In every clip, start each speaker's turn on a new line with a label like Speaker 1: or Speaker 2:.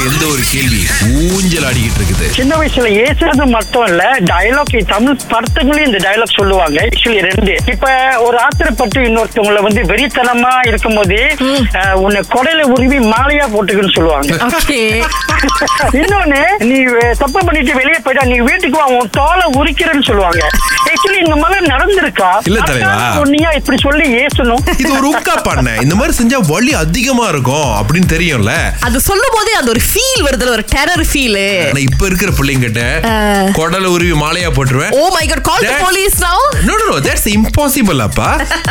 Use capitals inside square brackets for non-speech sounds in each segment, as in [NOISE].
Speaker 1: கேள்வி ஊஞ்சல் ஆடிக்கிட்டு இருக்குது
Speaker 2: சின்ன வயசுல ஏசுறது மட்டும் இல்ல டயலாக் தமிழ் படத்துக்குள்ளேயும் இந்த டயலாக் சொல்லுவாங்க ஆக்சுவலி ரெண்டு இப்ப ஒரு ஆத்திரப்பட்டு இன்னொருத்தவங்கள வந்து வெறித்தனமா இருக்கும் போதே அஹ், உன்னை கொடையில உருவி மாலையா போட்டுக்குன்னு சொல்லுவாங்க
Speaker 3: ஓகே
Speaker 2: இன்னொன்னு நீ வெ- தப்பு பண்ணிட்டு வெளியே போயிட்டா நீ வீட்டுக்கு வா உன் தோலை உரிக்கிறேன்னு சொல்லுவாங்க ஆக்சுவலி இந்த மாதிரி நடந்திருக்கா
Speaker 1: இல்ல தலைவா.
Speaker 2: அதான் பொண்ணியா இப்படி சொல்லி ஏசணும்
Speaker 1: இது ஒரு உக்கா பண்ண இந்த மாதிரி செஞ்சா வலி அதிகமா இருக்கும் அப்படின்னு தெரியும்ல
Speaker 3: அது சொல்லும் போதே அந்த ஒரு ஃபீல் வருதுல ஒரு டெரர் ஃபீல்
Speaker 1: ஆனா இப்ப இருக்கிற பிள்ளைங்கிட்ட குடல உருவி மாலையா போட்டுருவேன்
Speaker 3: oh my God call the
Speaker 1: That-
Speaker 3: police now
Speaker 1: No, no, no, that's impossible, Appa.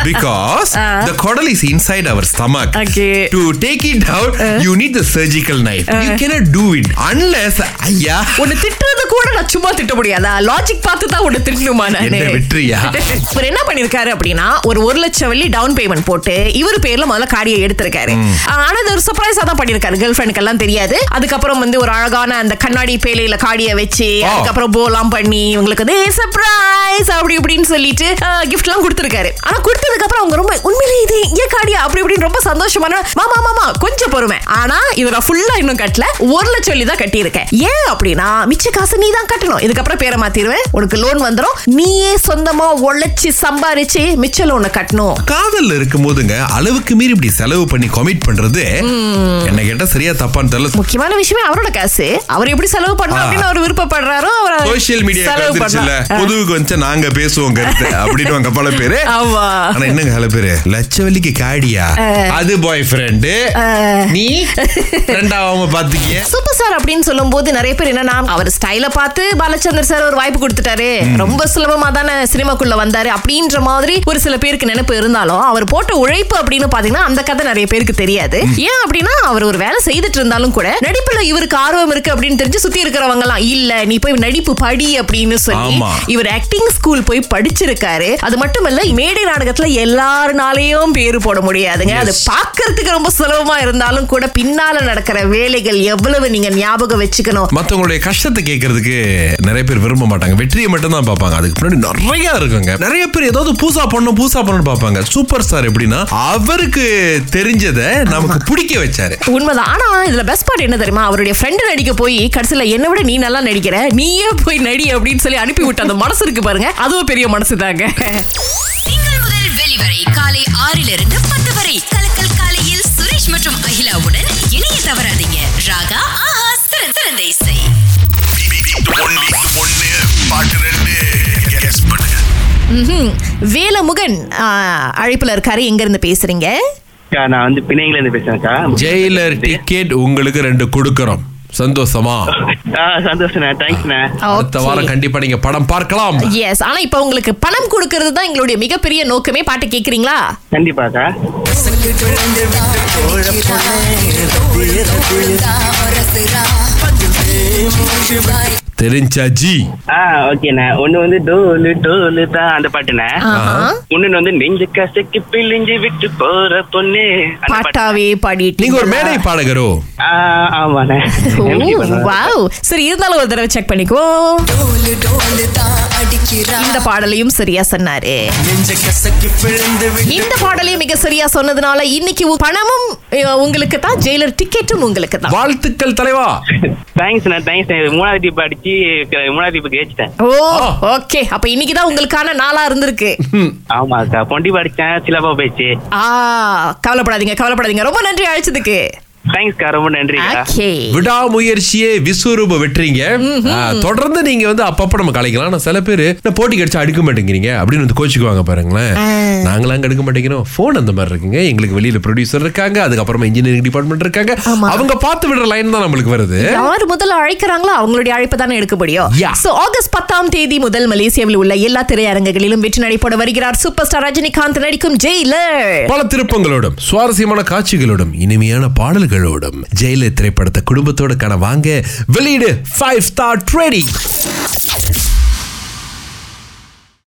Speaker 1: Because the caudal is inside our stomach.
Speaker 3: Okay.
Speaker 1: To take it out, you need the surgical knife. You cannot do it unless, ஐயா,
Speaker 3: உன்னை திட்டுறது கூட நான் சும்மா திட்ட முடியாதா logic பார்த்து தான் உன்னை திட்டணுமா
Speaker 1: என்ன
Speaker 3: நானு
Speaker 1: விட்டுறியா
Speaker 3: இவர் என்ன பண்ணிருக்காரு அப்படின்னா ஒரு ஒரு லட்சம் வெள்ளி டவுன் பேமெண்ட் போட்டு இவர் பேர்ல முதல்ல காரியை எடுத்திருக்காரு ஆனா இது ஒரு சர்ப்ரைஸா தான் பண்ணிருக்காரு கேர்ள் ஃபிரெண்டுக்கு எல்லாம் தெரியாது அதுக்கப்புறம் வந்து ஒரு அழகான அந்த கண்ணாடி பேலையில காடியை வச்சு
Speaker 1: ஆ.
Speaker 3: அதுக்கப்புறம் போலாம் பண்ணி இவங்களுக்கு வந்து சர்ப்ரைஸ் அப்படி இப்படின்னு சொல்லிட்டு கிஃப்ட் எல்லாம் கொடுத்திருக்காரு ஆனா கொடுத்ததுக்கு அப்புறம் அவங்க ரொம்ப உண்மையிலேயே இது ஏன் காடியா அப்படி இப்படின்னு ரொம்ப சந்தோஷமான மாமா மாமா கொஞ்சம் பொறுமை ஆனா இதை நான் ஃபுல்லா இன்னும் கட்டல ஒரு லட்சம் சொல்லி தான் கட்டியிருக்கேன் ஏன் அப்படின்னா மிச்ச காசு நீ தான் கட்டணும் இதுக்கப்புறம் பேரை மாத்திருவேன் உனக்கு லோன் வந்துரும் நீயே சொந்தமா உழைச்சு சம்பாரிச்சு மிச்ச லோனை கட்டணும்
Speaker 1: காதல்ல இருக்கும் போதுங்க அளவுக்கு மீறி இப்படி செலவு பண்ணி கமிட் பண்றது என்ன கேட்டா சரியா தப்பான்னு தெரியல
Speaker 3: முக்கியமான விஷயமே அவரோட காசு அவர் எப்படி செலவு பண்ணணும்
Speaker 1: ஆ.
Speaker 3: அப்படின்னு அவர் விருப்பப்படுறாரோ அவர்
Speaker 1: சோசியல் மீடியா
Speaker 3: செலவு
Speaker 1: வந்துருச்சுல
Speaker 3: பண்ணலாம். ஆ.
Speaker 1: பொதுவுக்கு வந்து நாங்க பேசுவோம் கருத்து அப்படின்னு அங்க பல பேரு
Speaker 3: [LAUGHS] ஆமா.
Speaker 1: ஆனா என்னங்க பல பேரு லட்சவலிக்கு காடியா அது பாய் ஃப்ரெண்டு நீ ரெண்டாவாம பாத்துக்கிய
Speaker 3: சூப்பர் ஸ்டார் அப்படின்னு சொல்லும்போது நிறைய பேர் என்னன்னா அவர் ஸ்டைல பார்த்து பாலச்சந்தர் சார் ஒரு வாய்ப்பு கொடுத்துட்டாரு ரொம்ப சுலபமா தானே சினிமாக்குள்ள வந்தாரு அப்படின்ற மாதிரி ஒரு சில பேருக்கு நினைப்பு இருந்தாலும் அவர் போட்ட உழைப்பு அப்படின்னு பாத்தீங்கன்னா அந்த கதை நிறைய பேருக்கு தெரியாது ஏன் அப்படின்னா அவர் ஒரு வேலை செய்துட்டு இருந்தாலும் கூட நடிப்புல இவருக்கு ஆர்வம் இருக்கு அப்படின்னு தெரிஞ்சு சுத்தி இருக்கிறவங்க எல்லாம் இல்ல நீ போய் நடிப்பு படி அப்படின்னு சொல்லி
Speaker 1: ஆமா.
Speaker 3: இவர் ஆக்டிங் ஸ்கூல் போய் படிச்சிருக்காரு அது மட்டும் இல்ல மேடை நாடகத்துல எல்லாருனாலையும் பேரு போட முடியாதுங்க அது பார்க்கிறதுக்கு ரொம்ப சுலபமா இருந்தாலும் கூட பின்னால நடக்கிற வேலைகள் எவ்வளவு நீங்க ஞாபகம் வச்சுக்கணும்
Speaker 1: மத்தவங்களுடைய கஷ்டத்தை கேட்கறதுக்கு நிறைய பேர் விரும்ப மாட்டாங்க வெற்றியை மட்டும் தான் பார்ப்பாங்க அதுக்கு முன்னாடி நிறைய இருக்குங்க நிறைய பேர் ஏதாவது பூசா பண்ணும் பூசா பண்ணணும் பார்ப்பாங்க சூப்பர் ஸ்டார் எப்படின்னா அவருக்கு தெரிஞ்சதை நமக்கு பிடிக்க வச்சாரு
Speaker 3: உண்மைதான் ஆனா இதுல பெஸ்ட் பார்ட் என்ன தெரியுமா அவருடைய ஃப்ரெண்டு நடிக்க போய் கடைசியில என்னை விட நீ நல்லா நடிக்கிற நீயே போய் நடி அப்படின்னு சொல்லி அனுப்பி விட்ட அந்த மனசு இருக்கு பாருங்க அதுவும் பெரிய மனசு தாங்க
Speaker 4: திங்கள் முதல் வெளிவரை காலை ஆறிலிருந்து பத்து வரை கலக்கல் காலையில் சுரேஷ் மற்றும் அகிலாவுடன் இணைய தவறாதீங்க ராகா ஆஹா சிறந்த சிறந்த இசை
Speaker 5: ஒன்னு ஒன்னு பாட்டு ரெண்டு கெஸ் பண்ணுங்க
Speaker 3: ம்ஹும். வேலமுகன் ஆ, அழைப்புல இருக்காரு எங்க இருந்து பேசுறீங்க
Speaker 6: அக்கா நான் வந்து பிணையில இருந்து பேசுறேன்க்கா
Speaker 1: ஜெயிலர் டிக்கெட் உங்களுக்கு ரெண்டு கொடுக்கறோம் சந்தோஷமா
Speaker 6: ஆ சந்தோஷண்ணா தேங்க்ஸ்ண்ணா
Speaker 1: அடுத்த வாரம் கண்டிப்பா நீங்க படம் பார்க்கலாம்
Speaker 3: எஸ் ஆனா இப்ப உங்களுக்கு பணம் கொடுக்கிறது தான் எங்களுடைய மிகப்பெரிய நோக்கமே பாட்டு கேக்குறீங்களா
Speaker 6: கண்டிப்பாக்கா
Speaker 1: தெரிஞ்சா ஜி
Speaker 6: ஆ ஓகேண்ணா ஒண்ணு வந்து டோலு டோலு தான் அந்த பாட்டுண்ணே
Speaker 3: ஆஹா.
Speaker 6: ஒண்ணு வந்து நெஞ்சு கசைக்கு பிழிஞ்சு விட்டு போற பொண்ணு அந்த பாட்டு
Speaker 3: பாட்டாவே பாடிட்டு
Speaker 1: நீங்க ஒரு மேடை பாடகரோ
Speaker 6: ஆ, ஆமாண்ணே
Speaker 3: ஓ,
Speaker 6: MC பண்ணுவேன்.
Speaker 3: வாவ். சரி இருந்தாலும் ஒரு தடவை செக் பண்ணிக்குவோம் இந்த பாடலையும் சரியா சொன்னாரு இந்த பாடலையும் மிக சரியா சொன்னதுனால இன்னைக்கு உ- பணமும் அஹ், உங்களுக்கு தான் ஜெயிலர் டிக்கெட்டும் உங்களுக்கு தான்
Speaker 1: வாழ்த்துக்கள் தலைவா
Speaker 6: தேங்க்ஸ்ண்ணா தேங்க்ஸ்ண்ணா இது மூணாவது டிப்பு அடிச்சு க- மூணாவது டிப்பு ஜெயிச்சிட்டேன்
Speaker 3: ஓ
Speaker 1: ஆ.
Speaker 3: ஓகே அப்ப இன்னைக்கு தான் உங்களுக்கான நாளா இருந்திருக்கு
Speaker 6: ஆமா அக்கா பொண்டி படிச்சேன் சிலபா போயிடுச்சு
Speaker 3: ஆ கவலைப்படாதீங்க கவலைப்படாதீங்க ரொம்ப நன்றி அழைச்சதுக்கு
Speaker 6: தேங்க்ஸ்க்கா ரொம்ப நன்றிக்கா
Speaker 3: ஓகே
Speaker 1: விடாமுயற்சியே விஸ்வரூப வெற்றிங்க ஆ, தொடர்ந்து நீங்க வந்து அப்பப்ப நம்ம கலைக்கலாம் ஆனா சில பேரு நான் போட்டி கிடைச்சா அடுக்க மாட்டேங்கிறீங்க அப்படின்னு வந்து கோச்சுக்குவாங்க பாருங்களேன் நாங்களாம் அங்க அடுக்க மாட்டேங்கிறோம் போன் அந்த மாதிரி இருக்குங்க எங்களுக்கு வெளியில ப்ரொடியூசர் இருக்காங்க அதுக்கப்புறமா இன்ஜினியரிங் டிபார்ட்மெண்ட் இருக்காங்க அவங்க பார்த்து விடுற லைன் தான் நம்மளுக்கு வருது
Speaker 3: யார் முதல்ல அழைக்கிறாங்களோ அவங்களுடைய அழைப்பு தானே எடுக்க முடியும்
Speaker 1: Yeah.
Speaker 3: சோ ஆகஸ்ட் பத்தாம் தேதி முதல் மலேசியாவில் உள்ள எல்லா திரையரங்குகளிலும் வெற்றி நடைபோட வருகிறார் சூப்பர் ஸ்டார் ரஜினிகாந்த் நடிக்கும் ஜெயிலர்
Speaker 1: பல திருப்பங்களோடும் சுவாரஸ்யமான காட்சிகளோடும் இனிமையான பாடல்களோடும் ஜெயிலர் திரைப்படத்தை குடும்பத்தோட காண வாங்க வெளியீடு ஃபைவ் ஸ்டார் ட்ரெடி